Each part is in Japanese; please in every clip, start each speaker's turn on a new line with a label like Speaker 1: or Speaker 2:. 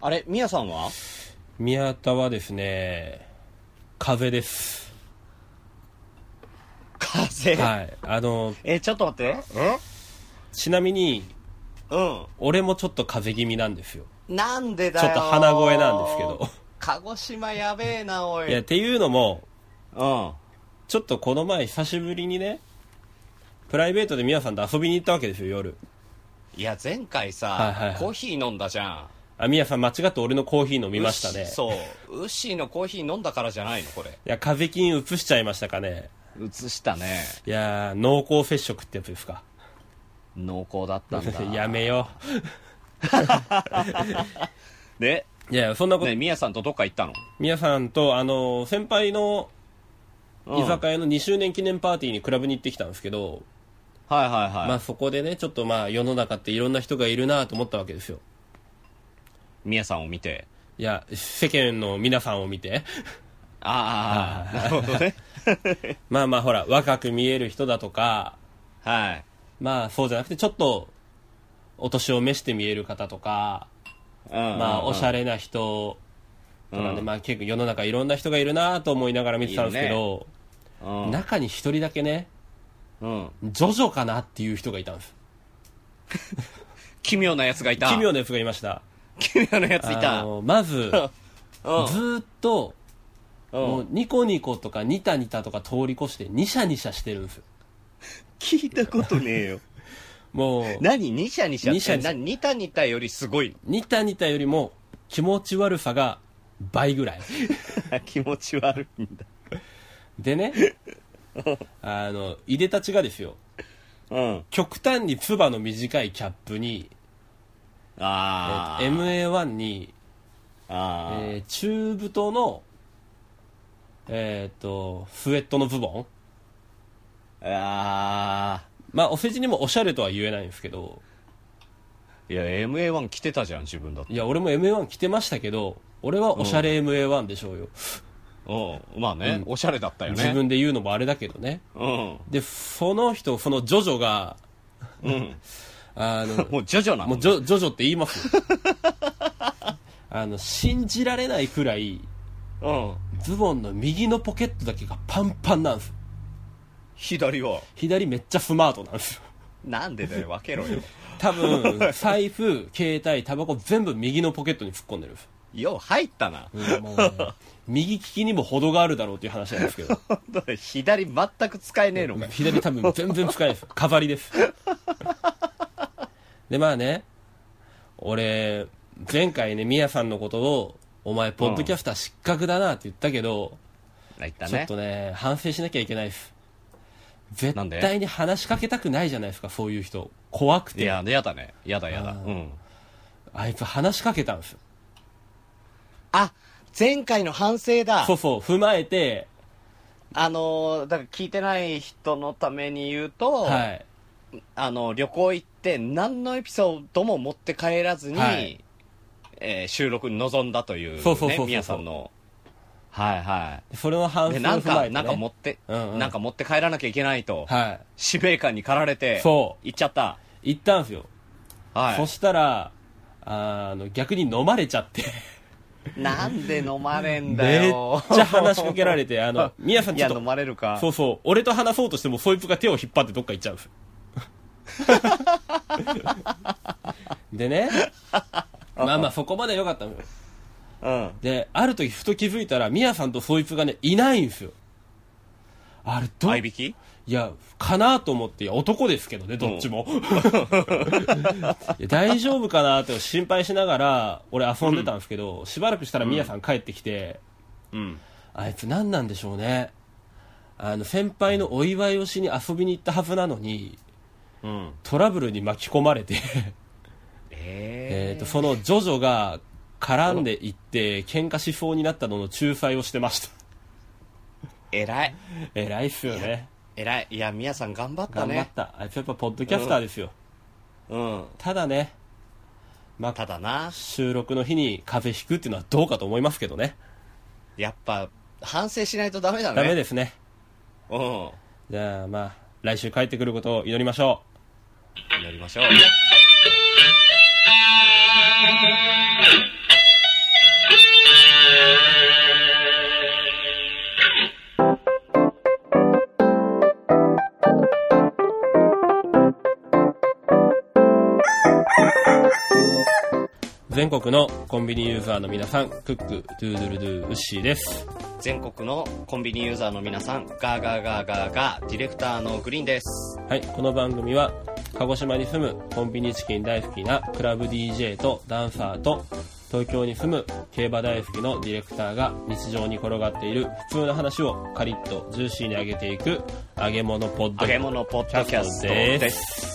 Speaker 1: あれ、みやさんは
Speaker 2: 宮田はですね風邪です
Speaker 1: 風邪、
Speaker 2: はいあの
Speaker 1: え、ちょっと待って。え
Speaker 2: ちなみに
Speaker 1: う
Speaker 2: 俺もちょっと風邪気味なんですよ
Speaker 1: ん。なんでだよ。
Speaker 2: ちょっと鼻声なんですけど。
Speaker 1: 鹿児島やべえな、おい。
Speaker 2: いやっていうのも
Speaker 1: うん。
Speaker 2: ちょっとこの前久しぶりにねプライベートで皆さんと遊びに行ったわけですよ夜
Speaker 1: いや、前回さ、
Speaker 2: はいはいはい
Speaker 1: コーヒー飲んだじゃん。
Speaker 2: あ皆さん間違って俺のコーヒー飲みました
Speaker 1: ウッ
Speaker 2: ね
Speaker 1: シーそう。ウッシーのコーヒー飲んだからじゃないの、これ。
Speaker 2: いや風邪菌移しちゃいましたかね
Speaker 1: 映したね。
Speaker 2: いやー濃厚接触ってやつですか
Speaker 1: 濃厚だったん だ。
Speaker 2: やめよ
Speaker 1: で、
Speaker 2: ういやそんなこと、
Speaker 1: ね、みやさんとどっか行ったの
Speaker 2: 皆さんとあの先輩の
Speaker 1: うん
Speaker 2: 居酒屋の2周年記念パーティーにクラブに行ってきたんですけど、
Speaker 1: はいはいはい。
Speaker 2: まあそこでねちょっとまあ世の中っていろんな人がいるなと思ったわけですよ
Speaker 1: みやさんを見て。
Speaker 2: いや世間の皆さんを見て
Speaker 1: ああ、なるほどね。
Speaker 2: まあまあほら若く見える人だとか
Speaker 1: はい。
Speaker 2: まあそうじゃなくてちょっとお年を召して見える方とか、ま
Speaker 1: ま
Speaker 2: あおしゃれな人とかね、まあ結構世の中いろんな人がいるなと思いながら見てたんですけ
Speaker 1: う
Speaker 2: ど、
Speaker 1: ん
Speaker 2: 中に一人だけね、
Speaker 1: うん、
Speaker 2: ジョジョかなっていう人がいたんです。
Speaker 1: 奇妙なやつがいた
Speaker 2: 奇妙なやつがいました。
Speaker 1: 奇妙なやつい
Speaker 2: あ
Speaker 1: た
Speaker 2: のま ず、ず
Speaker 1: うん
Speaker 2: ーっと、
Speaker 1: う
Speaker 2: も
Speaker 1: ん
Speaker 2: うニコニコとかニタニタとか通り越してニシャニシャしてるんですよ
Speaker 1: 聞いたことねえよ
Speaker 2: もう
Speaker 1: 何ニシャニシャって
Speaker 2: ニシャニシャ
Speaker 1: 何ニタニタよりすご い
Speaker 2: ニタニタよりも気持ち悪さが倍ぐらい
Speaker 1: 気持ち悪いんだ
Speaker 2: でねあのいでたちがですよ
Speaker 1: うん
Speaker 2: 極端につばの短いキャップにえ
Speaker 1: ああ、
Speaker 2: ー MA1 に、え
Speaker 1: あ
Speaker 2: ー中太のえっ、とスウェットのズボン
Speaker 1: ーあ
Speaker 2: まあお世辞にもおしゃれとは言えないんですけど
Speaker 1: ーいや MA1 着てたじゃん自分だって
Speaker 2: いや俺も MA1 着てましたけど俺はおしゃれ MA1 でしょうよ、
Speaker 1: うんまあね、おしゃれだったよね
Speaker 2: 自分で言うのもあれだけどね
Speaker 1: うん
Speaker 2: でその人そのジョジョが、 あの
Speaker 1: もうジョジョな
Speaker 2: もう
Speaker 1: の
Speaker 2: ジョジョジョって言いますよ あの信じられないくらい
Speaker 1: うん
Speaker 2: ズボンの右のポケットだけがパンパンなんですよ
Speaker 1: 左は
Speaker 2: 左めっちゃスマートなんですよ
Speaker 1: なんでだ よ分けろよ
Speaker 2: 多分財布携帯タバコ全部右のポケットに突っ込んでるんです
Speaker 1: よう入ったな
Speaker 2: よ、もうね右利きにも程があるだろうっていう話なんですけど
Speaker 1: 左全く使えねえのかよ
Speaker 2: 左多分全然使えない です飾りですでまあね俺前回ねみやさんのことをお前ポッドキャスター失格だなって言ったけど、
Speaker 1: 入った
Speaker 2: ちょっ
Speaker 1: ね
Speaker 2: とね反省しなきゃいけないです絶
Speaker 1: なんで
Speaker 2: 対に話しかけたくないじゃないですかそういう人怖く
Speaker 1: い
Speaker 2: て
Speaker 1: ややだねやだやだ
Speaker 2: あー
Speaker 1: うん
Speaker 2: あいつ話しかけたんですよ
Speaker 1: あ前回の反省だ
Speaker 2: そうそう踏まえて
Speaker 1: あのーだから聞いてない人のために言うと、
Speaker 2: はい
Speaker 1: あの旅行行って何のエピソードも持って帰らずに、
Speaker 2: はい
Speaker 1: えー収録に臨んだというね
Speaker 2: そうそうそうそう
Speaker 1: 宮さんのはいは
Speaker 2: それの反
Speaker 1: いで
Speaker 2: 省を
Speaker 1: なん
Speaker 2: 踏
Speaker 1: か、
Speaker 2: まえて、ね、
Speaker 1: なんか持って、
Speaker 2: うんうん
Speaker 1: なんか持って帰らなきゃいけないと、
Speaker 2: は
Speaker 1: 使命感に駆られて
Speaker 2: そ
Speaker 1: 行っちゃった
Speaker 2: い行ったんですよ、
Speaker 1: は
Speaker 2: そしたらあの逆に飲まれちゃって
Speaker 1: いなんで飲まれんだ
Speaker 2: めっ
Speaker 1: よ
Speaker 2: ちゃ話しかけられて、あ の、みやさん
Speaker 1: い
Speaker 2: ちょ
Speaker 1: や
Speaker 2: っ
Speaker 1: 飲
Speaker 2: と、
Speaker 1: まれるか
Speaker 2: そうそう、俺と話そうとしても、そいつが手を引っ張ってどっか行っちゃうん ですよ。でね、 まあまあそこまで良かったのよ。
Speaker 1: うん
Speaker 2: で、ある時ふと気づいたら、みやさんとそいつがね、いないんですよ。あれ、ど、
Speaker 1: 合い
Speaker 2: い
Speaker 1: びき
Speaker 2: や、かなと思って、いや男ですけどね、どっちも。 いや大丈夫かなって心配しながら、俺遊んでたんですけど、しばらくしたらみやさん帰ってきて、
Speaker 1: うん
Speaker 2: あいつ何なんでしょうねあの先輩のお祝いをしに遊びに行ったはずなのに
Speaker 1: うん
Speaker 2: トラブルに巻き込まれて
Speaker 1: え
Speaker 2: えーとそのジョジョが絡んでいって喧嘩しそうになったのの仲裁をしてました
Speaker 1: え偉い
Speaker 2: 偉いっすよね
Speaker 1: 偉いいやみやさん頑張った
Speaker 2: 頑
Speaker 1: ね
Speaker 2: 張ったあいつやっぱポッドキャスターですよ、
Speaker 1: うん
Speaker 2: ただねま
Speaker 1: た
Speaker 2: あ
Speaker 1: だな
Speaker 2: 収録の日に風邪ひくっていうのはどうかと思いますけどね
Speaker 1: やっぱ反省しないとダメだね
Speaker 2: ダメですね
Speaker 1: うん
Speaker 2: じゃあまあ来週帰ってくることを祈りましょう
Speaker 1: 祈りましょう
Speaker 2: 全国のコンビニユーザーの皆さん、クック、ドゥードゥルドゥ、ウッシーです。
Speaker 1: 全国のコンビニユーザーの皆さん、ガーガーガーガーガー、ディレクターのグリーンです。
Speaker 2: はい、この番組は、鹿児島に住むコンビニチキン大好きなクラブ DJ とダンサーと、東京に住む競馬大好きのディレクターが日常に転がっている普通の話をカリッとジューシーに上げていく揚げ物ポッド
Speaker 1: 揚げ物ポッドキャストです。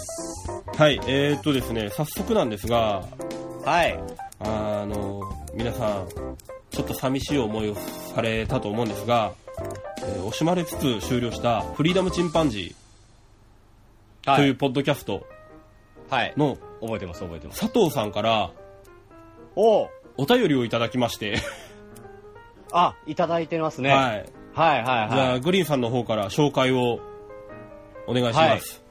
Speaker 2: はい、えー、っとですね、早速なんですが、
Speaker 1: はい。
Speaker 2: あの、皆さん、ちょっと寂しい思いをされたと思うんですが、えー惜しまれつつ終了したフリーダムチンパンジー
Speaker 1: は
Speaker 2: という
Speaker 1: い。
Speaker 2: ポッドキャスト
Speaker 1: はい。
Speaker 2: の
Speaker 1: 覚えてます、覚えてます。
Speaker 2: 佐藤さんから
Speaker 1: おう
Speaker 2: お便りをいただきまして、
Speaker 1: あ、いただいてますね。はい、
Speaker 2: はい。
Speaker 1: はい、
Speaker 2: じゃ
Speaker 1: は
Speaker 2: あ、
Speaker 1: い。
Speaker 2: グリーンさんの方から紹介をお願いします。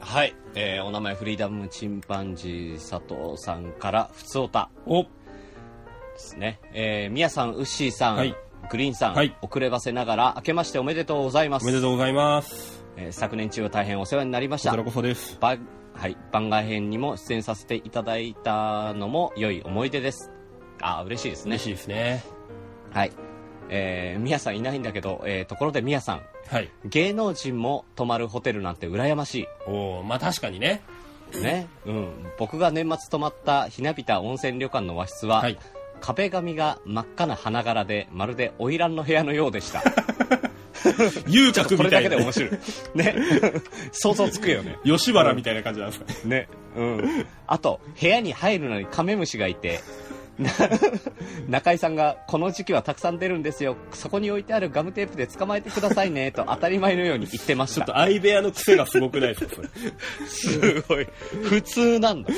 Speaker 1: はい。えー、お名前、フリーダムチンパンジー佐藤さんから、ふつおた
Speaker 2: お、
Speaker 1: ですね。えー、みやさん、うっしーさん、
Speaker 2: はい
Speaker 1: グリーンさん、
Speaker 2: はい
Speaker 1: 遅ればせながら、明けましておめでとうございま
Speaker 2: お
Speaker 1: す。
Speaker 2: めでとうございます。
Speaker 1: えー昨年中は大変お世話になりまし
Speaker 2: こ
Speaker 1: た
Speaker 2: ちら。こそです。
Speaker 1: 番はい、番外編にも出演させていただいたのも良い思い出です。あー、嬉しいですね
Speaker 2: 嬉。しいですね。
Speaker 1: はい。えー、みやさんいないんだけど、えー、ところでみやさん、
Speaker 2: はい。
Speaker 1: 芸能人も泊まるホテルなんて羨まし
Speaker 2: おーまあ確かにね。
Speaker 1: い。ね。うん。僕が年末泊まったひなびた温泉旅館の和室は、
Speaker 2: はい。
Speaker 1: 壁紙が真っ赤な花柄で、まるで花魁の部屋のようでした。
Speaker 2: 遊
Speaker 1: ちょっと
Speaker 2: 郭
Speaker 1: これ
Speaker 2: みた
Speaker 1: だ
Speaker 2: い
Speaker 1: けで
Speaker 2: な。
Speaker 1: 面白い。ね。 想像つくよね。
Speaker 2: 吉原みたいな感じなんですかね。
Speaker 1: ね。うん。あと、部屋に入るのにカメムシがいて、な 中井さんが、この時期はたくさん出るんですよ。そこに置いてあるガムテープで捕まえてくださいね、と当たり前のように言ってまし。
Speaker 2: ちょったと相部屋の癖がすごくないですかそれ
Speaker 1: すごい。普通なんだ。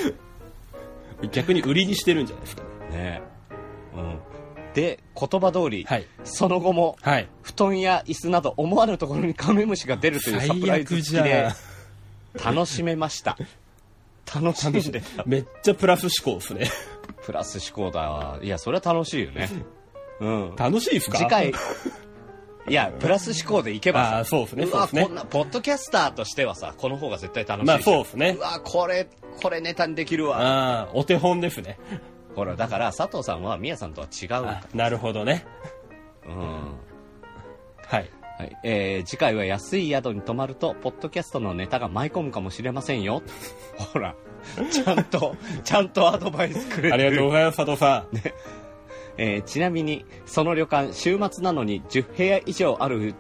Speaker 2: 逆に売りにしてるんじゃないですかね
Speaker 1: ねうん。で、言葉通り、
Speaker 2: はい
Speaker 1: その後も、
Speaker 2: はい
Speaker 1: 布団や椅子など思わぬところにカメムシが出るというサプライズ付きで、楽しめました。楽しんでた。
Speaker 2: めっちゃプラス思考ですね
Speaker 1: プラス思考だわ。いや、それは楽しいよ ね。うん。
Speaker 2: 楽しいですか
Speaker 1: 次 回、いや、プラス思考でいけばさ、
Speaker 2: あーそうですね
Speaker 1: わ
Speaker 2: そうですね
Speaker 1: こんな、ポッドキャスターとしてはさ、この方が絶対楽しいし。
Speaker 2: まあそうですね
Speaker 1: うわ、これ、これネタにできるわ。
Speaker 2: ああお手本ですね
Speaker 1: ほら、だから、佐藤さんは、みやさんとは違うか
Speaker 2: あなるほどね
Speaker 1: ら。うん。
Speaker 2: はい
Speaker 1: はい。えー、次回は安い宿に泊まると、ポッドキャストのネタが舞い込むかもしれませんよ。ほら、ちゃんと、ちゃんとアドバイスくれてる。
Speaker 2: ありがとうございます佐藤さん、
Speaker 1: えーちなみにその旅館週末なのに10部屋以上ある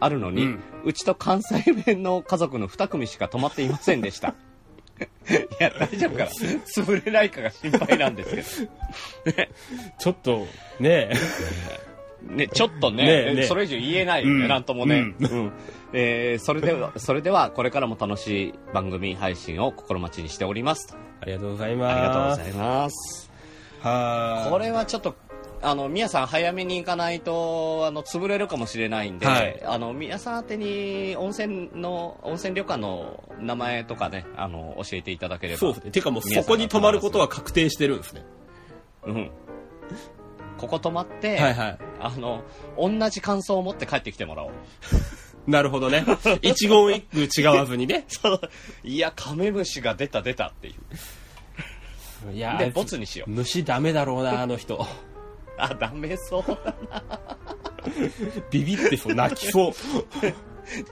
Speaker 1: あるのに、
Speaker 2: う
Speaker 1: うんちと関西弁の家族の2組しか泊まって いませんでしたいや大丈夫かな潰れないかが心配なんですけ
Speaker 2: ちょっとねえ
Speaker 1: ど ねちょっとね
Speaker 2: ねえねえ
Speaker 1: それ以上言えないよね、
Speaker 2: うん
Speaker 1: なんともね、
Speaker 2: う
Speaker 1: うんえーそれではそれではこれからも楽しい番組配信を心待ちにしております
Speaker 2: ありがとうございます
Speaker 1: ありがとうございます
Speaker 2: は
Speaker 1: これはちょっと、あの、宮さん早めに行かないと、あの、潰れるかもしれないんで、
Speaker 2: はい
Speaker 1: あの、宮さん宛てに温泉の、温泉旅館の名前とかね、あの、教えていただければ。
Speaker 2: そうですねてかもうそこに泊まることは確定してるんですね
Speaker 1: うん。ここ泊まって、
Speaker 2: はいはい
Speaker 1: あの、同じ感想を持って帰ってきてもらおう。
Speaker 2: なるほ どね一言一句違わずにね
Speaker 1: そういや、カメムシが出た出たっていう。
Speaker 2: いや
Speaker 1: で、ボツにしよう。
Speaker 2: 虫ダメだろうなあの人
Speaker 1: あ、ダメそう だな。
Speaker 2: ビビってそう泣き そう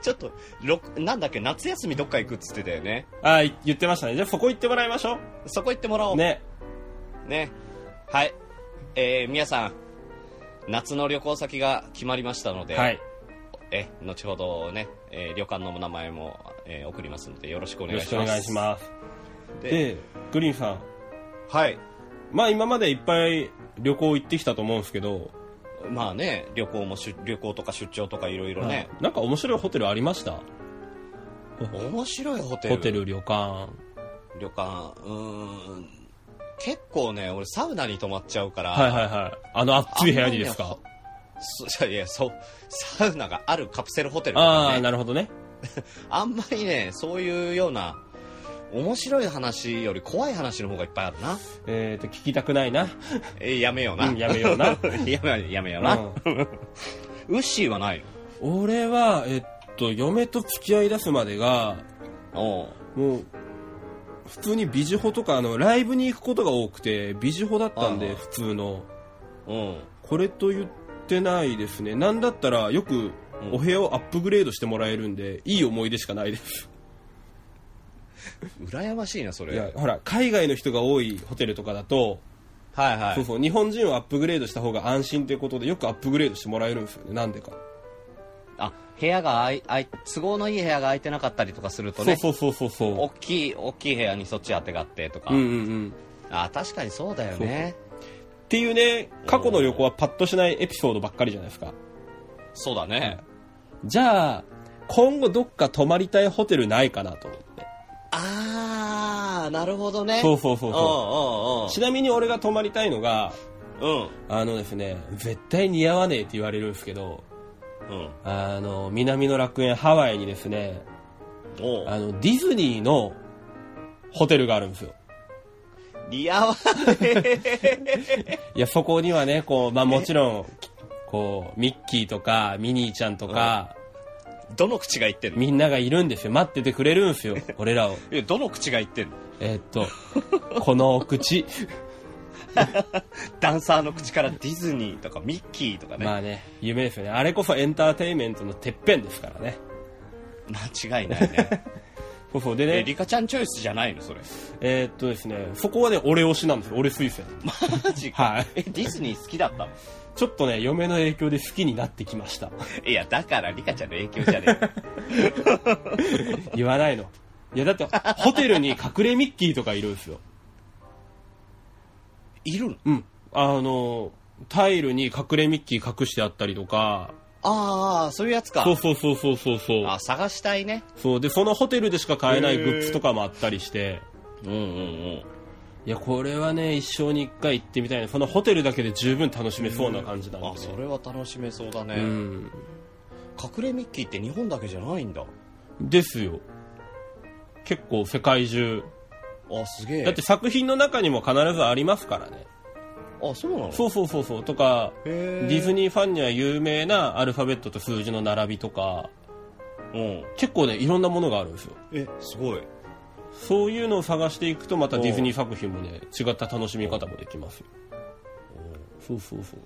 Speaker 1: ちょっと、ろくなんだっけ、夏休みどっか行くっつってたよね。
Speaker 2: あー言ってましたねじゃあそこ行ってもらいましょ
Speaker 1: そこ行ってもらお
Speaker 2: う
Speaker 1: う。
Speaker 2: ね
Speaker 1: ね。はい。えー、皆さん、夏の旅行先が決まりましたので、
Speaker 2: はい
Speaker 1: え、後ほどね、えー旅館のお名前も、えー送りますので、よろしくお
Speaker 2: よ
Speaker 1: 願い
Speaker 2: ろし
Speaker 1: し
Speaker 2: く
Speaker 1: ます。
Speaker 2: お願いします
Speaker 1: すで、
Speaker 2: でグリーンさん
Speaker 1: はい。
Speaker 2: まあ今までいっぱい旅行行ってきたと思うんですけど、
Speaker 1: まあね、旅行もしゅ、旅行とか出張とかいろいろね、
Speaker 2: なんか面白いホテルありました
Speaker 1: 面白いホテル。
Speaker 2: ホテル旅館
Speaker 1: 旅館、うーん。結構ね、俺サウナに泊まっちゃうから、
Speaker 2: はいはいはいあの暑い部屋にです
Speaker 1: あんま
Speaker 2: か
Speaker 1: りそいやいや、そう、サウナがあるカプセルホテルと
Speaker 2: あ
Speaker 1: か
Speaker 2: あ
Speaker 1: ね
Speaker 2: ーなるほどね
Speaker 1: あんまりね、そういうような、面白い話より怖い話の方がいっぱいあるな。
Speaker 2: えっ、と聞きたくない な
Speaker 1: えーやめような。
Speaker 2: うんやめような
Speaker 1: やめ、やめような。ウッシーはない
Speaker 2: うん、俺はえっと嫁と付き合い出すまでが
Speaker 1: の。おう
Speaker 2: もう普通にビジホとかあのライブに行くことが多くてビジホだったん
Speaker 1: は
Speaker 2: で
Speaker 1: いはい
Speaker 2: 普通の
Speaker 1: うん。
Speaker 2: これと言ってないですねなんだったらよく
Speaker 1: うん
Speaker 2: お部屋をアップグレードしてもらえるんでいい思い出しかないです
Speaker 1: 羨ましいな、そ
Speaker 2: い
Speaker 1: れ。は
Speaker 2: や
Speaker 1: い
Speaker 2: ほら海外の人が多いホテルとかだと、
Speaker 1: は
Speaker 2: そう
Speaker 1: い。
Speaker 2: そう日本人をアップグレードした方が安心ということでよくアップグレードしてもらえるんですよねなんでか、
Speaker 1: あ、部屋があい、あい、都合のいい部屋が空いてなかったりとかすると
Speaker 2: そう
Speaker 1: ね、
Speaker 2: そうそうそうそう
Speaker 1: 大きい、大きい部屋にそっち当てがってとか。
Speaker 2: うんうんうん
Speaker 1: あ、確かにそうだよね。
Speaker 2: っていうね過去の旅行はパッとしないエピソードばっかりじゃないですか
Speaker 1: そうだね。
Speaker 2: じゃあ今後どっか泊まりたいホテルないかなと思って
Speaker 1: あー、なるほどね。
Speaker 2: そうそうそうそ
Speaker 1: そう
Speaker 2: ちなみに俺が泊まりたいのが
Speaker 1: うんうんうん。
Speaker 2: あのですね絶対似合わねえって言われるんですけど
Speaker 1: うん。うん。
Speaker 2: あの南の楽園ハワイにですね
Speaker 1: おう
Speaker 2: あのディズニーのホテルがあるんですよ
Speaker 1: 似合わ
Speaker 2: いやそこにはねこう、まあ、もちろんこうミッキーとかミニーちゃんとか、
Speaker 1: どの口が言ってんの
Speaker 2: みんながいるんですよ待っててくれるんですよ俺らを
Speaker 1: え、どの口が言ってんの
Speaker 2: えっとこのお口
Speaker 1: ダンサーの口からディズニーとかミッキーとかね。
Speaker 2: まあね夢ですよねあれこそエンターテインメントのてっぺんですからね
Speaker 1: 間違いない ね。
Speaker 2: そうそうで
Speaker 1: え、
Speaker 2: ね
Speaker 1: リカちゃんチョイスじゃないのそれ。
Speaker 2: えーっとですねそこはね俺推しなんですよ俺推薦
Speaker 1: マジか。
Speaker 2: はい
Speaker 1: え、ディズニー好きだったの
Speaker 2: ちょっとね嫁の影響で好きになってきました
Speaker 1: いや、だからリカちゃんの影響じゃねえ。
Speaker 2: 言わないのいやだってホテルに隠れミッキーとかいるんですよ
Speaker 1: いるの
Speaker 2: うんあのタイルに隠れミッキー隠してあったりとか
Speaker 1: ああ、そういうやつか。
Speaker 2: そうそうそうそうそうそう
Speaker 1: あ、探したいね。
Speaker 2: そうでそのホテルでしか買えないグッズとかもあったりして
Speaker 1: うんうんうん。
Speaker 2: いやこれはね一生に一回行ってみたいなそのホテルだけで十分楽しめそうな感じなん
Speaker 1: あ、
Speaker 2: です
Speaker 1: そ
Speaker 2: よ
Speaker 1: れは楽しめそうだね。
Speaker 2: うん
Speaker 1: 隠れミッキーって日本だけじゃないんだ。
Speaker 2: ですよ結構世界中
Speaker 1: あ、すげえ。
Speaker 2: だって、作品の中にも必ずありますからね
Speaker 1: あ、そうなの
Speaker 2: そうそうそうそうとかデ
Speaker 1: へ
Speaker 2: ィズ
Speaker 1: ニ
Speaker 2: ニーファンには有名なアルファベットと数字の並びとか
Speaker 1: ー。うん。
Speaker 2: 結構ねいろんなものがあるんですよ
Speaker 1: え、すごい。
Speaker 2: そういうのを探していくとまたディズニー作品もね違った楽しみ方もできますよそうそうそう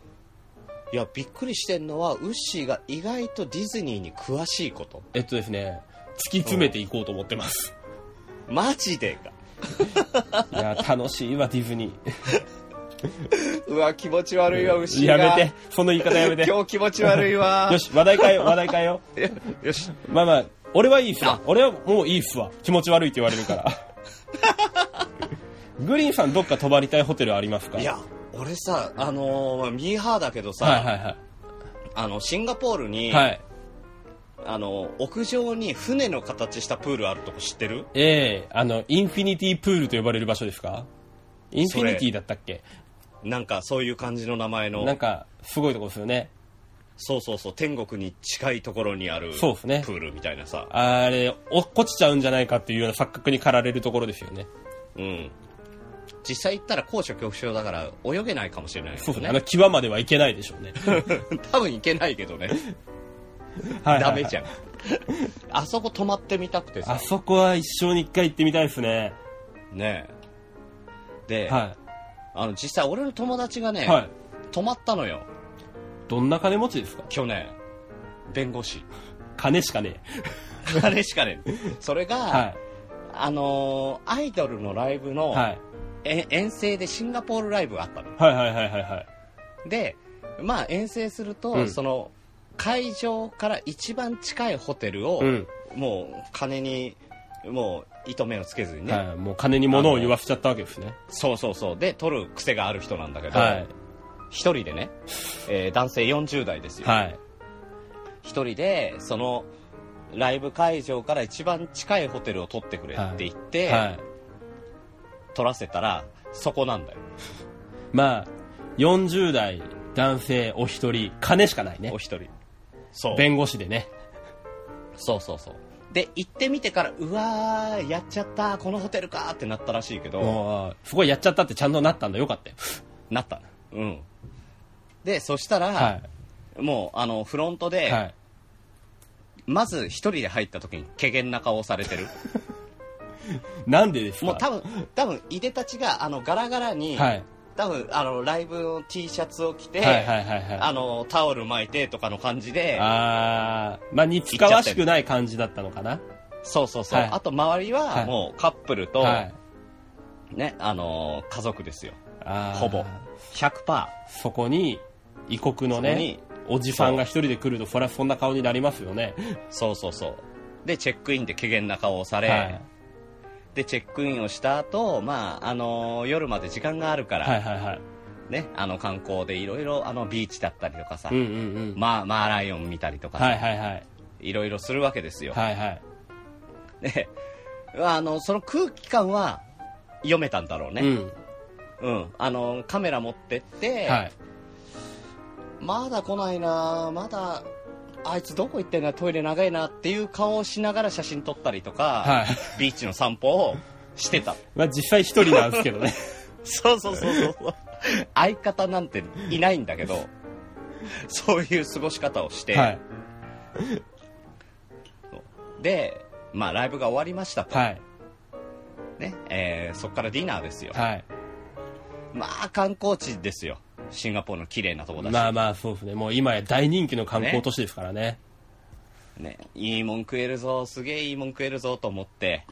Speaker 1: いや、びっくりしてんのは、ウッシーが意外とディズニーに詳しいこと。
Speaker 2: えっとですね突き詰めていこうと思ってます
Speaker 1: マジでか。
Speaker 2: いや楽しいわディズニ
Speaker 1: うわ、気持ち悪いわ、ウッシ
Speaker 2: ー
Speaker 1: ーが。
Speaker 2: やめてその言い方やめ て
Speaker 1: 今日気持ち悪いわ。
Speaker 2: よ。し話題変えよう話題変えよう
Speaker 1: よし。
Speaker 2: まあまあ俺はいいっすわ
Speaker 1: あ
Speaker 2: 俺はもういいっすわ気持ち悪いって言われるから グリーンさんどっか泊まりたいホテルありますか
Speaker 1: いや、俺さ、あのーまあミーハーだけどさ、
Speaker 2: はいはいは
Speaker 1: あの、シンガポール
Speaker 2: い
Speaker 1: に、
Speaker 2: はい
Speaker 1: あの、屋上に船の形したプールあるとこ知ってる
Speaker 2: ええあのインフィニティプールと呼ばれる場所ですかインフィニティだったっけ
Speaker 1: なんかそういう感じの名前
Speaker 2: なん
Speaker 1: の、
Speaker 2: かすごいとこですよね
Speaker 1: そうそうそう、天国に近いところにある、
Speaker 2: そうっすね
Speaker 1: プールみたいなさ。
Speaker 2: あれ落っこちちゃうんじゃないかっていうような錯覚に駆られるところですよね
Speaker 1: うん。実際行ったら高所恐怖症だから泳げないかもしれないけ
Speaker 2: そう
Speaker 1: ど
Speaker 2: です
Speaker 1: ね
Speaker 2: ねあ。の際まではいけないでしょうね
Speaker 1: 多分行けないけどね。
Speaker 2: はいはい
Speaker 1: ダ
Speaker 2: は
Speaker 1: メ
Speaker 2: い
Speaker 1: じゃん。あそこ泊まってみたくて
Speaker 2: あ
Speaker 1: さ。
Speaker 2: そこは一生に一回行ってみたいですね
Speaker 1: ねえ。で、
Speaker 2: は
Speaker 1: あの、実際俺の友達がね、
Speaker 2: いはい
Speaker 1: 泊まったのよ。
Speaker 2: どんな金持ちですか
Speaker 1: 去年。弁護 士。
Speaker 2: 金しかねえ
Speaker 1: あれしかね。それが、
Speaker 2: は
Speaker 1: あのーアイドルのライブの、
Speaker 2: い、はい、
Speaker 1: え遠征でシンガポールライブがあったの。
Speaker 2: はいはいはいはいはい
Speaker 1: で、まあ遠征すると、
Speaker 2: うん
Speaker 1: その、会場から一番近いホテルを、
Speaker 2: うん
Speaker 1: もう金に、もう糸目をつけずにね、
Speaker 2: はいもう金に物を言わせちゃったわけですね
Speaker 1: そうそうそう、で、取る癖がある人なんだけど、
Speaker 2: はい
Speaker 1: 一人でね、えー男性40代ですよ。
Speaker 2: はい
Speaker 1: 一人で、その、ライブ会場から一番近いホテルを取ってくれって言って、
Speaker 2: はい
Speaker 1: 取らせたら、そこなんだよ。
Speaker 2: まあ40代男性お一人金しかないね
Speaker 1: お一人。そう。
Speaker 2: 弁護士でね
Speaker 1: そうそうそう。で、行ってみてから、うわー、やっちゃった、このホテルかーってなったらしいけど、
Speaker 2: もうすごいやっちゃったってちゃんとなったんだよかったよ
Speaker 1: なった。うん。で、そしたら、
Speaker 2: は
Speaker 1: もう、あの、フロント
Speaker 2: い
Speaker 1: で、
Speaker 2: はい
Speaker 1: まず一人で入った時に、怪げな顔をされてる。
Speaker 2: なんでですか
Speaker 1: もう多分、多分、いでたちが、あの、ガラガラに、
Speaker 2: はい。
Speaker 1: 多分、あの、ライブの T シャツを着て、
Speaker 2: はいはいはいはい。
Speaker 1: あの、タオル巻いてとかの感じで、
Speaker 2: あー、まあ、似つかわしくない感じだったのかな。
Speaker 1: そうそうそう。
Speaker 2: はい
Speaker 1: あと、周り
Speaker 2: は
Speaker 1: は、
Speaker 2: い
Speaker 1: もう、カップルと、
Speaker 2: はい。
Speaker 1: ね、あの、家族ですよ。
Speaker 2: あー
Speaker 1: ほぼ。100%。
Speaker 2: そこに、異国の
Speaker 1: そこ
Speaker 2: ね
Speaker 1: に、
Speaker 2: おじさんが一人で来ると、そりゃそんな顔になりますよね。
Speaker 1: そうそうそう。で、チェックインで怪げな顔をされ、
Speaker 2: はい。
Speaker 1: で、チェックインをした後、まあ、あの夜まで時間があるから、
Speaker 2: はいはいはい。
Speaker 1: ね、あの、観光でいろいろ、あの、ビーチだったりとかさ、
Speaker 2: うんうんうん。
Speaker 1: まあ、マーライオン見たりとかさ、
Speaker 2: はいはいはい。
Speaker 1: いろいろするわけですよ。
Speaker 2: はいはい。
Speaker 1: で、あの、その空気感は読めたんだろう
Speaker 2: う
Speaker 1: ね。
Speaker 2: ん。
Speaker 1: うん。あの、カメラ持ってって、
Speaker 2: はい。
Speaker 1: まだ来ないなまだ、あいつどこ行ってんな、トイレ長いなっていう顔をしながら写真撮ったりとか、
Speaker 2: はい。
Speaker 1: ビーチの散歩をしてた。
Speaker 2: まあ、実際一人なんですけ どね。
Speaker 1: そうそうそうそうそう。相方なんていないんだけど、そういう過ごし方をして、
Speaker 2: はい。
Speaker 1: で、まあライブが終わりましたと。
Speaker 2: はい。
Speaker 1: ね、えーそこからディナーですよ。
Speaker 2: はい。
Speaker 1: まあ観光地ですよ。シンガポールの綺麗なとこだし、
Speaker 2: まあまあ、そうですね。もう今や大人気の観光都市ですからね。
Speaker 1: ね、いいもん食えるぞ、すげえいいもん食えるぞと思って、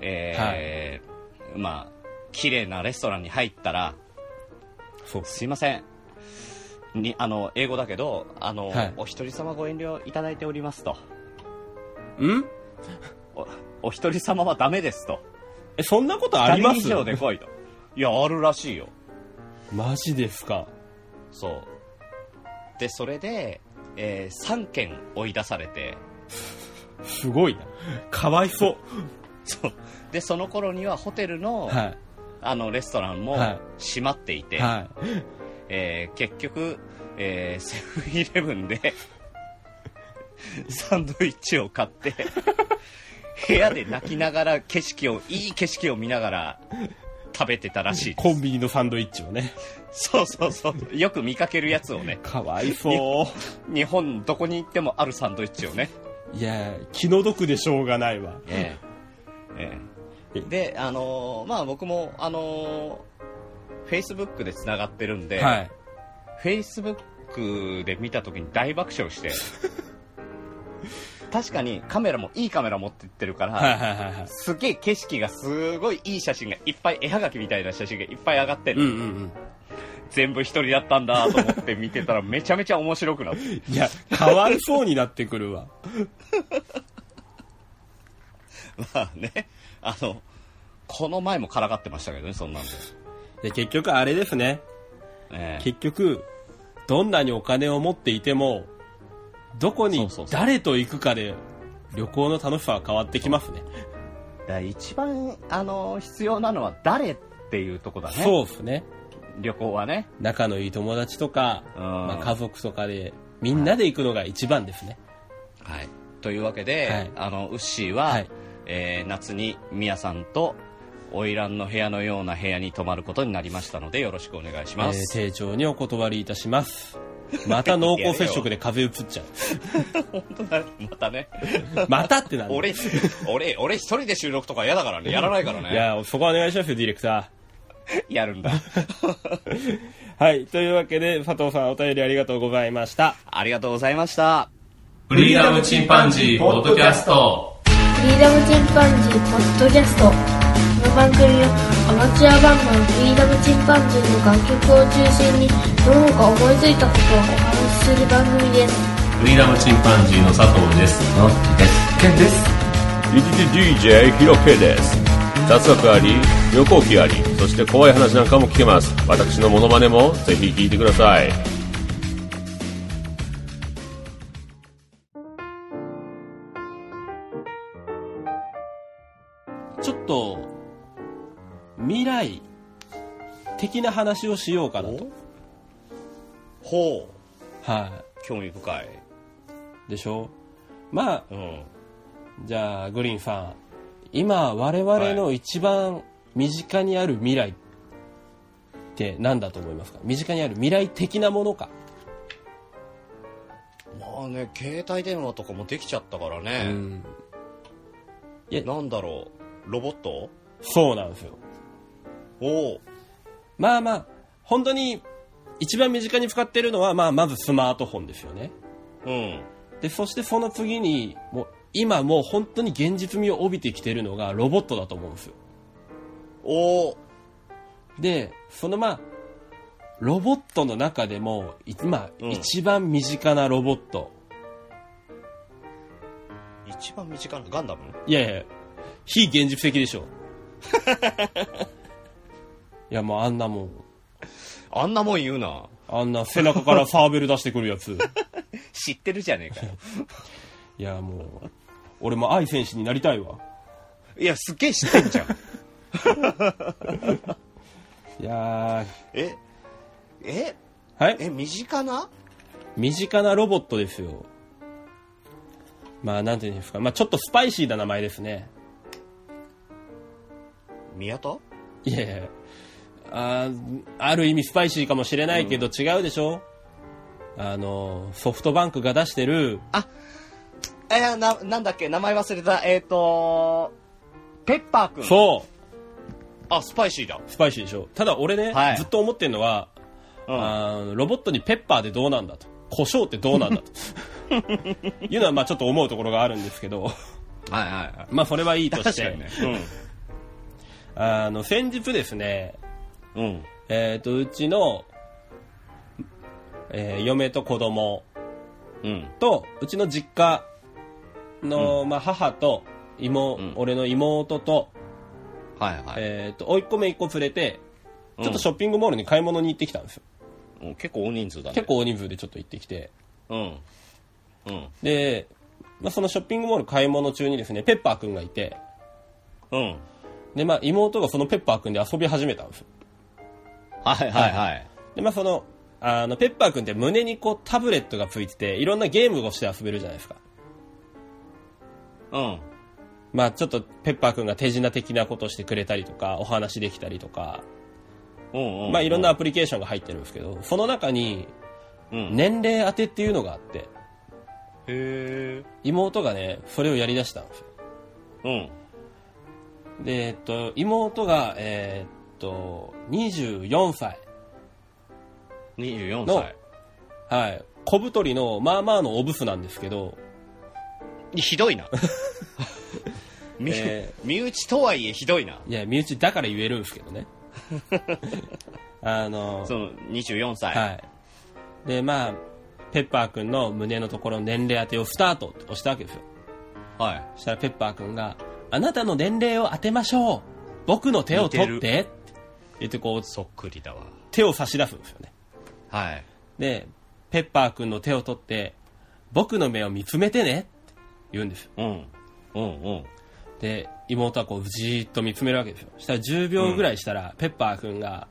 Speaker 1: えーまあ、綺麗なレストランに入ったら、
Speaker 2: そうです。
Speaker 1: すいません。に、あの、英語だけど、あの、
Speaker 2: はい
Speaker 1: お一人様ご遠慮いただいておりますと。
Speaker 2: ん
Speaker 1: お、お一人様はダメですと。
Speaker 2: え、そんなことありま
Speaker 1: 二
Speaker 2: す
Speaker 1: 人以上で来いと。いや、あるらしいよ。
Speaker 2: マジですか。
Speaker 1: そう。で、それで、え3件追い出されて、
Speaker 2: すごいな。かわいそう。
Speaker 1: そう。で、その頃にはホテルの、
Speaker 2: は
Speaker 1: あの、レストランも
Speaker 2: はい
Speaker 1: 閉まっていて、
Speaker 2: い。は
Speaker 1: えー結局、えーセブンイレブンで、サンドイッチを買って、部屋で泣きながら景色を、いい景色を見ながら食べてたらしい
Speaker 2: い。。コンビニのサンドイッチをね。
Speaker 1: そうそうそう。よく見かけるやつをね。
Speaker 2: かわいそ
Speaker 1: 日本どこに行ってもあるサンドイッチをね。
Speaker 2: う。いや、気の毒でしょうがないわ。
Speaker 1: ええええで、あのーまあ僕も、あのー、Facebook で繋がってるんで、
Speaker 2: はい。
Speaker 1: Facebook で見た時に大爆笑して、 確かにカメラもいいカメラ持ってってるから、
Speaker 2: はいはいはいはい。
Speaker 1: すげえ景色がすごいいい写真がいっぱい絵はがきみたいな写真がいっぱい上がって
Speaker 2: うん
Speaker 1: る、
Speaker 2: うんうん。
Speaker 1: 全部一人だったんだと思って見てたらめちゃめちゃ面白くなって
Speaker 2: いや、かわいそうになってくるわ。
Speaker 1: まあね、あの、この前もからかってましたけどね、そんなんで。
Speaker 2: で結局あれですね。
Speaker 1: ええ
Speaker 2: 結局、どんなにお金を持っていても、どこ
Speaker 1: そ
Speaker 2: に
Speaker 1: うそうそう
Speaker 2: 誰と行くかで、旅行の楽しさは変わってきますね。
Speaker 1: だから一番、あの、必要なのは誰っていうとこだね。
Speaker 2: そうですね。
Speaker 1: 旅行はね。
Speaker 2: 仲のいい友達とか、
Speaker 1: うん
Speaker 2: まあ、家族とかで、みんなで行くのが一番ですね。
Speaker 1: はい。というわけで、
Speaker 2: はい
Speaker 1: あの、ウッシーは、
Speaker 2: はい
Speaker 1: えー夏にミヤさんと、花魁の部屋のような部屋に泊まることになりましたので、よろしくお願いし
Speaker 2: え
Speaker 1: ま
Speaker 2: ー
Speaker 1: す。
Speaker 2: 丁重にお断りいた します。また濃厚接触で風邪うつっちゃ
Speaker 1: 本当だ、また ね。
Speaker 2: う。またってなんだ。
Speaker 1: 俺、俺、俺一人で収録とか嫌だからね、やらないから
Speaker 2: い
Speaker 1: ね。
Speaker 2: や、そこはお願いしますよ、ディレクタ
Speaker 1: やるんだ。
Speaker 2: ー。はい。というわけで、佐藤さんお便りありがとうございました。
Speaker 1: ありがとうございました。
Speaker 3: フリーダムチンパンジーポッドキャスト
Speaker 4: フリーダムチンパンジーポッドキャストこの番組はアマチュアバンドのフリーダムチンパンジーの楽曲を中心にどうか思いついたことをお話しする番組です
Speaker 3: フリーダムチンパンジーの佐藤ですのですけんです
Speaker 5: DJ ひろけです雑学あり旅行記ありそして怖い話なんかも聞けます私のモノマネもぜひ聞いてください
Speaker 2: ちょっと、未来的な話をしようかなと。
Speaker 1: ほう、
Speaker 2: は
Speaker 1: 興味深い。
Speaker 2: い。でしょまあ、
Speaker 1: うん。
Speaker 2: じゃあ、グリーンさん。今、我々の一番身近にある未来って何だと思いますか身近にある未来的なものか。
Speaker 1: まあね、携帯電話とかもできちゃったから
Speaker 2: う
Speaker 1: ね、
Speaker 2: ん。いや、
Speaker 1: なんだろう、ロボット
Speaker 2: そうなんですよ。
Speaker 1: おー
Speaker 2: まあまあ、本当に一番身近に使ってるのは、まあ、まずスマートフォンですよね。
Speaker 1: うん。
Speaker 2: で、そしてその次に、もう今もう本当に現実味を帯びてきてるのがロボットだと思うんですよ。
Speaker 1: おー
Speaker 2: で、そのまあ、ロボットの中でも、いまあ、
Speaker 1: うん
Speaker 2: 一番身近なロボット。
Speaker 1: 一番身近なガンダム
Speaker 2: いやいや、非現実的 でしょ。いや、もうあんなもん。
Speaker 1: あんなもん言うな。
Speaker 2: あんな背中からサーベル出してくるやつ。
Speaker 1: 知ってるじゃねえかよ。
Speaker 2: いや、もう、俺も愛選手になりたいわ。
Speaker 1: いや、すっげえ知ってんじゃん。
Speaker 2: いや
Speaker 1: ええ
Speaker 2: ー、はい
Speaker 1: え、身近な
Speaker 2: 身近なロボットですよ。まあ、なんていうんですか。まあ、ちょっとスパイシーな名前ですね。
Speaker 1: 宮田
Speaker 2: いやいやあーある意味スパイシーかもしれないけど違うでしょ、あの、ソフトバンクが出してる、
Speaker 1: えー、な、なんだっけ名前忘れた。えっ、ー、とペッパーくん。
Speaker 2: そう
Speaker 1: あ、スパイシーだ。
Speaker 2: スパイシーでしょただ俺ね、
Speaker 1: はい
Speaker 2: ずっと思ってるのは、
Speaker 1: うん。
Speaker 2: あーロボットにペッパーでどうなんだと。胡椒ってどうなんだと。 いうのはまあちょっと思うところがあるんですけど、
Speaker 1: はいはいは
Speaker 2: まあそれはいいと
Speaker 1: い。
Speaker 2: し
Speaker 1: 確か
Speaker 2: て、
Speaker 1: にね。
Speaker 2: あの、先日ですね、
Speaker 1: うん。うん。
Speaker 2: えっ、と、うちの、えー嫁と子供
Speaker 1: うん。
Speaker 2: と、うちの実家の、まあ、母と妹、
Speaker 1: うん
Speaker 2: 俺の妹と、
Speaker 1: はいはい。
Speaker 2: えっ、と、甥っ子めいっ子連れて、ちょっとシ
Speaker 1: ょ、
Speaker 2: ョッピングモールに買い物に行ってきたんですよ。
Speaker 1: うん、結構大人数だね。
Speaker 2: 結。構大人数でちょっと行ってきて。
Speaker 1: うん。うん。
Speaker 2: で、まあ、そのショッピングモール買い物中にですね、ペッパーくんがいて、
Speaker 1: うん。
Speaker 2: で、まあ、妹がそのペッパーくんで遊び始めたんですよ。
Speaker 1: はいはいはい。
Speaker 2: で、まあ、その、あの、ペッパーくんって胸にこうタブレットがついてて、いろんなゲームをして遊べるじゃないですか。
Speaker 1: うん。
Speaker 2: まあ、ちょっとペッパーくんが手品的なことしてくれたりとか、お話できたりとか、
Speaker 1: うんうん。
Speaker 2: まあ、いろんなアプリケーションが入ってるんですけど、その中に
Speaker 1: うん。
Speaker 2: 年齢当てっていうのがあって、
Speaker 1: へ
Speaker 2: 妹がね、それをやりだしたんですよ。
Speaker 1: え。うん。
Speaker 2: で、えっと、妹が、えーっと、24歳
Speaker 1: 24
Speaker 2: の
Speaker 1: 歳。、
Speaker 2: はい、小太りの、まあまあのおブスなんですけど、
Speaker 1: ひどい な。身内
Speaker 2: え
Speaker 1: 身内とはいえひどいな。
Speaker 2: いや、身内だから言えるんですけど ね。あの、
Speaker 1: その24歳。
Speaker 2: はい。で、まあ、ペッパーくんの胸のところの年齢当てをスタートって押したわけですよ。
Speaker 1: はい。
Speaker 2: そしたらペッパーくんが、あなたの年齢を当てましょう僕の手を取っ
Speaker 1: 似
Speaker 2: て
Speaker 1: て
Speaker 2: って言ってこう、
Speaker 1: そっくりだわ。
Speaker 2: 手を差し出すんですよね。
Speaker 1: はい。
Speaker 2: で、ペッパーくんの手を取って、僕の目を見つめてねって言うんですよ。
Speaker 1: うん。うんうん。
Speaker 2: で、妹はこう、じーっと見つめるわけですよ。したら10秒ぐらいしたら、ペッパーくんが、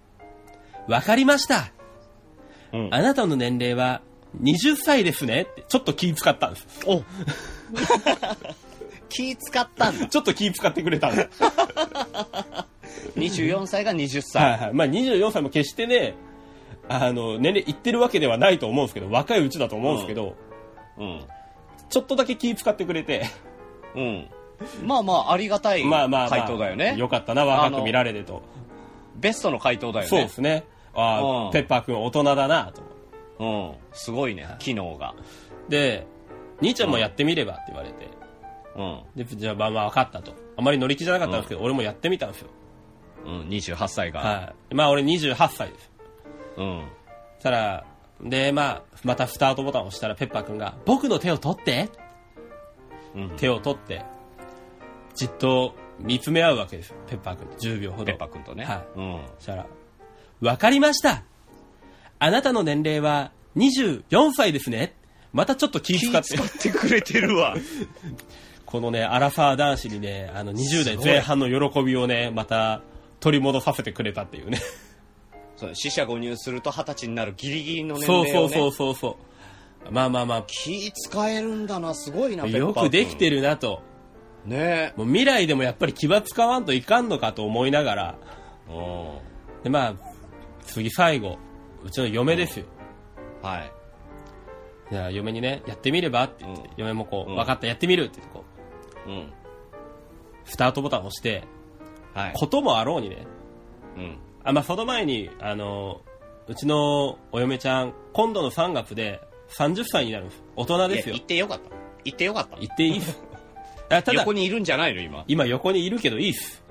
Speaker 2: わかりました
Speaker 1: うん
Speaker 2: あなたの年齢は20歳ですねって、ちょっと気使ったんです。
Speaker 1: お気使った んだ。
Speaker 2: ちょっと気使ってくれたんです。
Speaker 1: 24歳が20
Speaker 2: は
Speaker 1: 歳。
Speaker 2: いはい。まあ24歳も決してね、あの、年齢いってるわけではないと思うんですけど、若いうちだと思うんですけど、
Speaker 1: うん。
Speaker 2: ちょっとだけ気使ってくれて、
Speaker 1: うん。まあまあ、ありがたい
Speaker 2: まあまあ、まあ、
Speaker 1: 回答だよね。
Speaker 2: よかったな、若く見られてと。
Speaker 1: ベストの回答だよね。
Speaker 2: そうですね。あ
Speaker 1: う
Speaker 2: あ、
Speaker 1: ん
Speaker 2: ペッパー君大人だなと思って。
Speaker 1: うん。すごいね、機能が。
Speaker 2: で、兄ちゃんもやってみればって言われて、
Speaker 1: うん。
Speaker 2: で、じゃあまあまあ分かったと。あまり乗り気じゃなかったんですけど、俺もやってみたんですよ。
Speaker 1: うん、28歳が。
Speaker 2: はい。まあ俺28歳です。
Speaker 1: うん。
Speaker 2: そしたら、で、まあ、またスタートボタンを押したら、ペッパーくんが、僕の手を取って、
Speaker 1: うん。
Speaker 2: 手を取って、じっと見つめ合うわけですよ。ペッパーくんと10秒ほど。
Speaker 1: ペッパー君とね。
Speaker 2: はい。
Speaker 1: うん。
Speaker 2: そしたら、わかりましたあなたの年齢は24歳ですねまたちょっと気
Speaker 1: 気
Speaker 2: 使
Speaker 1: 使
Speaker 2: っ、
Speaker 1: っててくれてるわ。
Speaker 2: このね、アラファー男子にね、あの、20代前半の喜びをね、また取り戻させてくれたっていうね。
Speaker 1: そう死者誤入すると二十歳になるギリギリの年
Speaker 2: そう
Speaker 1: 齢
Speaker 2: そ
Speaker 1: を、
Speaker 2: う
Speaker 1: ね、
Speaker 2: そうそうそう。まあまあま
Speaker 1: 気使えるんだなすごいな
Speaker 2: あ、
Speaker 1: ペッ
Speaker 2: よ
Speaker 1: パー
Speaker 2: く
Speaker 1: 君
Speaker 2: できてるなと。
Speaker 1: ねえ
Speaker 2: もう未来でもやっぱり気は使わんといかんのかと思いながら、
Speaker 1: うん
Speaker 2: で、まあ、次最後、うちの嫁ですよ。
Speaker 1: はい
Speaker 2: じゃあ嫁にね、やってみればって言って、
Speaker 1: うん
Speaker 2: 嫁もこう、
Speaker 1: うん
Speaker 2: 分かった、やってみるって言ってこ
Speaker 1: うん
Speaker 2: スタートボタンを押して、
Speaker 1: はい。
Speaker 2: こともあろうにね、
Speaker 1: うん。
Speaker 2: あ、まあ、その前に、あの、うちのお嫁ちゃん、今度の3月で30歳になるんです。大人ですよ
Speaker 1: いや行。ってよかった。行ってよかった。
Speaker 2: 言っていい っす。あただ
Speaker 1: 横、にいるんじゃないの今。
Speaker 2: 今横にいるけどいいっす。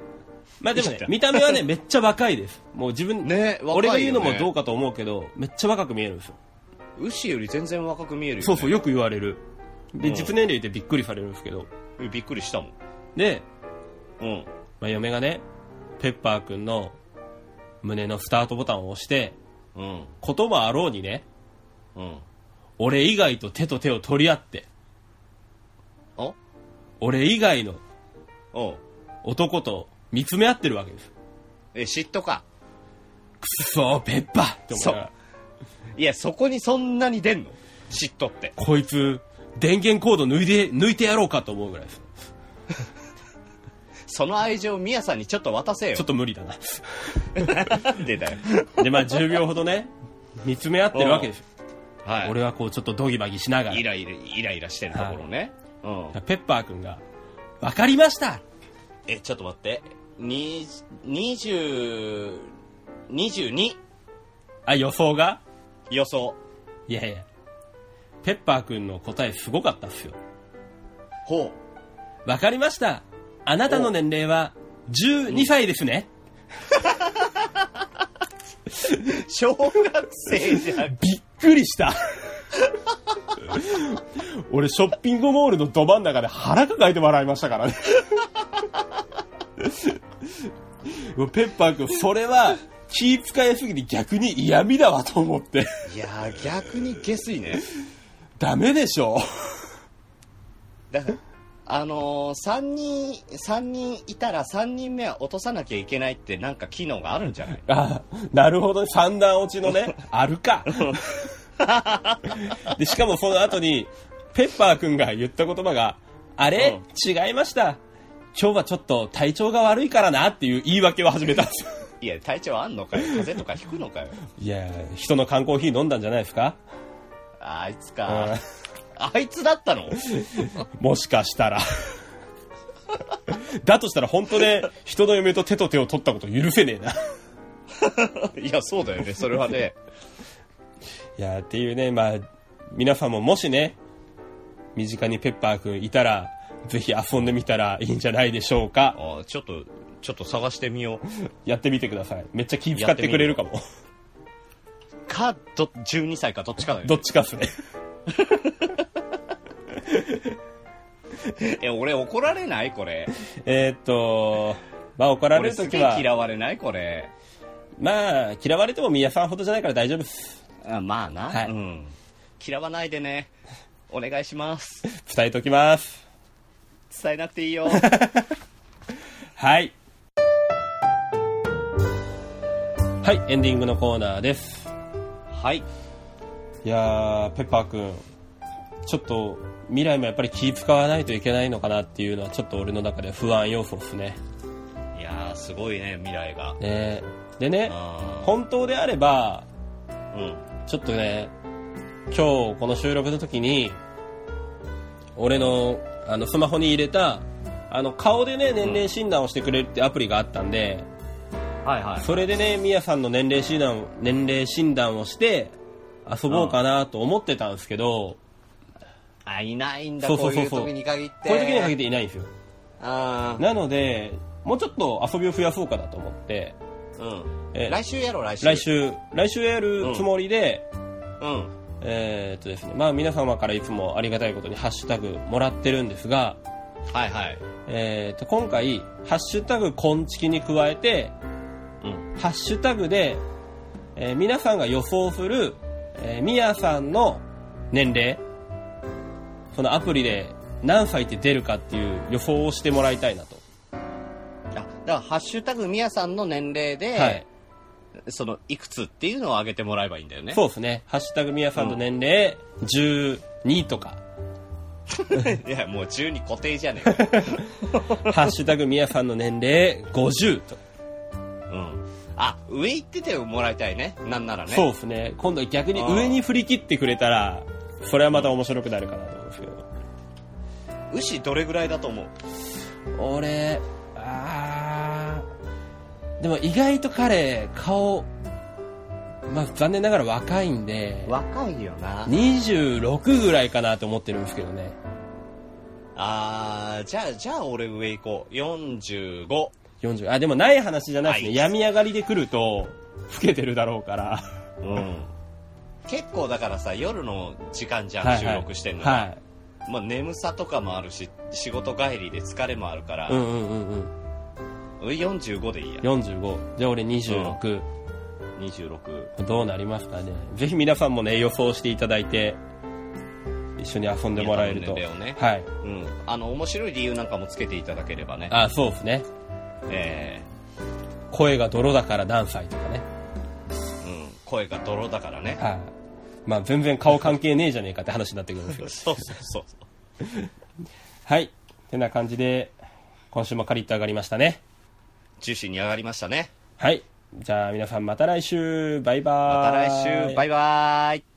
Speaker 2: まあでも
Speaker 1: いい
Speaker 2: ね
Speaker 1: じゃ、ん
Speaker 2: 見た目はね、めっちゃ若いです。もう自分、
Speaker 1: ね若いよね
Speaker 2: 俺が言うのもどうかと思うけど、めっちゃ若く見えるんですよ。
Speaker 1: ウッシーより全然若く見えるよ、ね。
Speaker 2: そうそう、よく言われる。で、
Speaker 1: うん
Speaker 2: 実年齢でびっくりされるんですけど。
Speaker 1: うん。びっくりしたもん。
Speaker 2: で、
Speaker 1: うん。
Speaker 2: まあ、嫁がね、ペッパーくんの胸のスタートボタンを押して、
Speaker 1: うん。
Speaker 2: 言葉あろうにね、
Speaker 1: うん。
Speaker 2: 俺以外と手と手を取り合って、
Speaker 1: お
Speaker 2: 俺以外の
Speaker 1: おう。
Speaker 2: 男と見つめ合ってるわけです。
Speaker 1: え、嫉妬か。
Speaker 2: くそー、ペッパーって思いながら
Speaker 1: いや、そこにそんなに出んの嫉妬って。
Speaker 2: こいつ、電源コード抜いて、抜いてやろうかと思うぐらいです。
Speaker 1: その愛情をミヤさんにちょっと渡せよ。
Speaker 2: ちょっと無理だな。
Speaker 1: なんでだよ。
Speaker 2: で、まあ10秒ほどね、見つめ合ってるわけですよ。
Speaker 1: はい。
Speaker 2: 俺はこう、ちょっとドギマギしながら
Speaker 1: イ。ライラ、イライラしてるところね。うん。
Speaker 2: ペッパーくんが、わかりました
Speaker 1: え、ちょっと待って。に、二十、二十二
Speaker 2: あ、予想が
Speaker 1: 予想。
Speaker 2: いやいや。ペッパーくんの答えすごかったっすよ。
Speaker 1: ほ
Speaker 2: わかりましたあなたの年齢は12歳ですね。
Speaker 1: う。小学生じゃん。
Speaker 2: びっくりした俺ショッピングモールのど真ん中で腹抱えて笑いましたからねもうペッパー君それは気使いすぎて逆に嫌味だわと思って
Speaker 1: いやー、逆に下水ね。
Speaker 2: ダメでしょ
Speaker 1: だから、あのー、三人、三人いたら三人目は落とさなきゃいけないってなんか機能があるん じゃない
Speaker 2: あなるほど三段落ちの ねあるかでしかもその後にペッパー君が言った言葉があれ、違いました今日はちょっと体調が悪いからなっていう言い訳を始めたんですよ
Speaker 1: いや、体調あんのかよ。風邪とかひくのかよ。
Speaker 2: いやー人の缶コーヒー飲んだんじゃないですか
Speaker 1: あいつか。あいつだったの
Speaker 2: もしかしたら。だとしたら本当ね、人の嫁と手と手を取ったこと許せねえな。い
Speaker 1: いや、そうだよね。それはね。
Speaker 2: やーっていうね、まあ、皆さんももしね、身近にペッパーくんいたら、ぜひ遊んでみたらいいんじゃないでしょうか。
Speaker 1: あーちょっと、ちょっと探してみよう。
Speaker 2: やってみてください。めっちゃ気使ってくれるかも。
Speaker 1: か、ど、12歳かどっちかだよね
Speaker 2: どっちかっすね。
Speaker 1: え、俺怒られないこ れ。
Speaker 2: えーっと、まあ怒られ
Speaker 1: 俺
Speaker 2: る
Speaker 1: す
Speaker 2: とき
Speaker 1: げえ
Speaker 2: は、
Speaker 1: 嫌われないこれ。
Speaker 2: まあ嫌われても宮さんほどじゃないから大丈夫です。
Speaker 1: あまあな、
Speaker 2: はい
Speaker 1: うん。嫌わないでね。お願いします。
Speaker 2: 伝えときます。
Speaker 1: 伝えなくていい よ。
Speaker 2: はい。はい、エンディングのコーナーです。
Speaker 1: はい。
Speaker 2: いやー、ペッパーくん、ちょっと未来もやっぱり気使わないといけないのかなっていうのは、ちょっと俺の中で不安要素ですね。
Speaker 1: いやー、すごいね、未来が。
Speaker 2: ねでね、
Speaker 1: あ
Speaker 2: 本当であれば、
Speaker 1: ーうん。
Speaker 2: ちょっとね、今日この収録の時に、俺のあのスマホに入れた、あの顔でね、年齢診断をしてくれるってアプリがあったんで、
Speaker 1: はいはい。
Speaker 2: それでね、みやさんの年齢診断、年齢診断をして、遊ぼうかなと思ってたんですけど、
Speaker 1: あ、いないんだ、
Speaker 2: そ
Speaker 1: こ
Speaker 2: うそう
Speaker 1: いう
Speaker 2: うそ
Speaker 1: う
Speaker 2: そう
Speaker 1: 時に限って。
Speaker 2: こういう時にかけていないんですよ。
Speaker 1: あ
Speaker 2: なので、もうちょっと遊びを増やそうかなと思って、
Speaker 1: ーうん。
Speaker 2: えー
Speaker 1: 来週やろ、来週。
Speaker 2: 来。週、来週やるつもりで、
Speaker 1: うん。
Speaker 2: えーっとですね、まあ皆様からいつもありがたいことにハッシュタグもらってるんですが、
Speaker 1: はいはい。
Speaker 2: えーっと、今回、ハッシュタグこんちきに加えて、
Speaker 1: うん。
Speaker 2: ハッシュタグで、えー皆さんが予想する、えー、みやさんの年齢、そのアプリで何歳って出るかっていう予想をしてもらいたいなと。
Speaker 1: あ、だから、ハッシュタグみやさんの年齢で、
Speaker 2: はい。
Speaker 1: その、いくつっていうのを上げてもらえばいいんだよね。
Speaker 2: そうですね。ハッシュタグみやさんの年齢、12 とか、
Speaker 1: いや、もう12固定じゃねえか。
Speaker 2: ハッシュタグみやさんの年齢、50と。
Speaker 1: うん。あ、上行っててもらいたいね。なんならね。
Speaker 2: そうですね。今度は逆に上に振り切ってくれたら、それはまた面白くなるかなと思うんですけど。
Speaker 1: 牛どれぐらいだと思う
Speaker 2: 俺、あーでも意外と彼、顔、まあ残念ながら若いんで、
Speaker 1: 若いよな。
Speaker 2: 26ぐらいかなと思ってるんですけどね。
Speaker 1: あー、じゃあ、じゃあ俺上行こう。45。
Speaker 2: 40。あ、でもない話じゃないですね。
Speaker 1: はい
Speaker 2: 病み上がりで来ると、老けてるだろうから。
Speaker 1: うん。結構だからさ、夜の時間じゃん、
Speaker 2: はいはい
Speaker 1: 収録してんの。
Speaker 2: はい。
Speaker 1: まあ、眠さとかもあるし、仕事帰りで疲れもあるから、
Speaker 2: うんうんうんうん。
Speaker 1: 45でいいや。
Speaker 2: 45。じゃあ俺26。
Speaker 1: 26。
Speaker 2: どうなりますかね。ぜひ皆さんもね、予想していただいて、一緒に遊んでもらえると。
Speaker 1: 皆さんの年齢をね
Speaker 2: はい。
Speaker 1: うん。あの、面白い理由なんかもつけていただければね。
Speaker 2: あ、そうですね。
Speaker 1: え
Speaker 2: 声が泥だから何歳とかね。
Speaker 1: えうん。声が泥だからね。
Speaker 2: はい。まあ全然顔関係ねえじゃねえかって話になってくるんですけど。
Speaker 1: そうそうそうそう。
Speaker 2: はい。てな感じで、今週もカリッと上がりましたね。
Speaker 1: ジューシーに上がりましたね。
Speaker 2: はい。じゃあ皆さんまた来週。バイバ
Speaker 1: また
Speaker 2: ーイ。
Speaker 1: 来週、バイバーイ。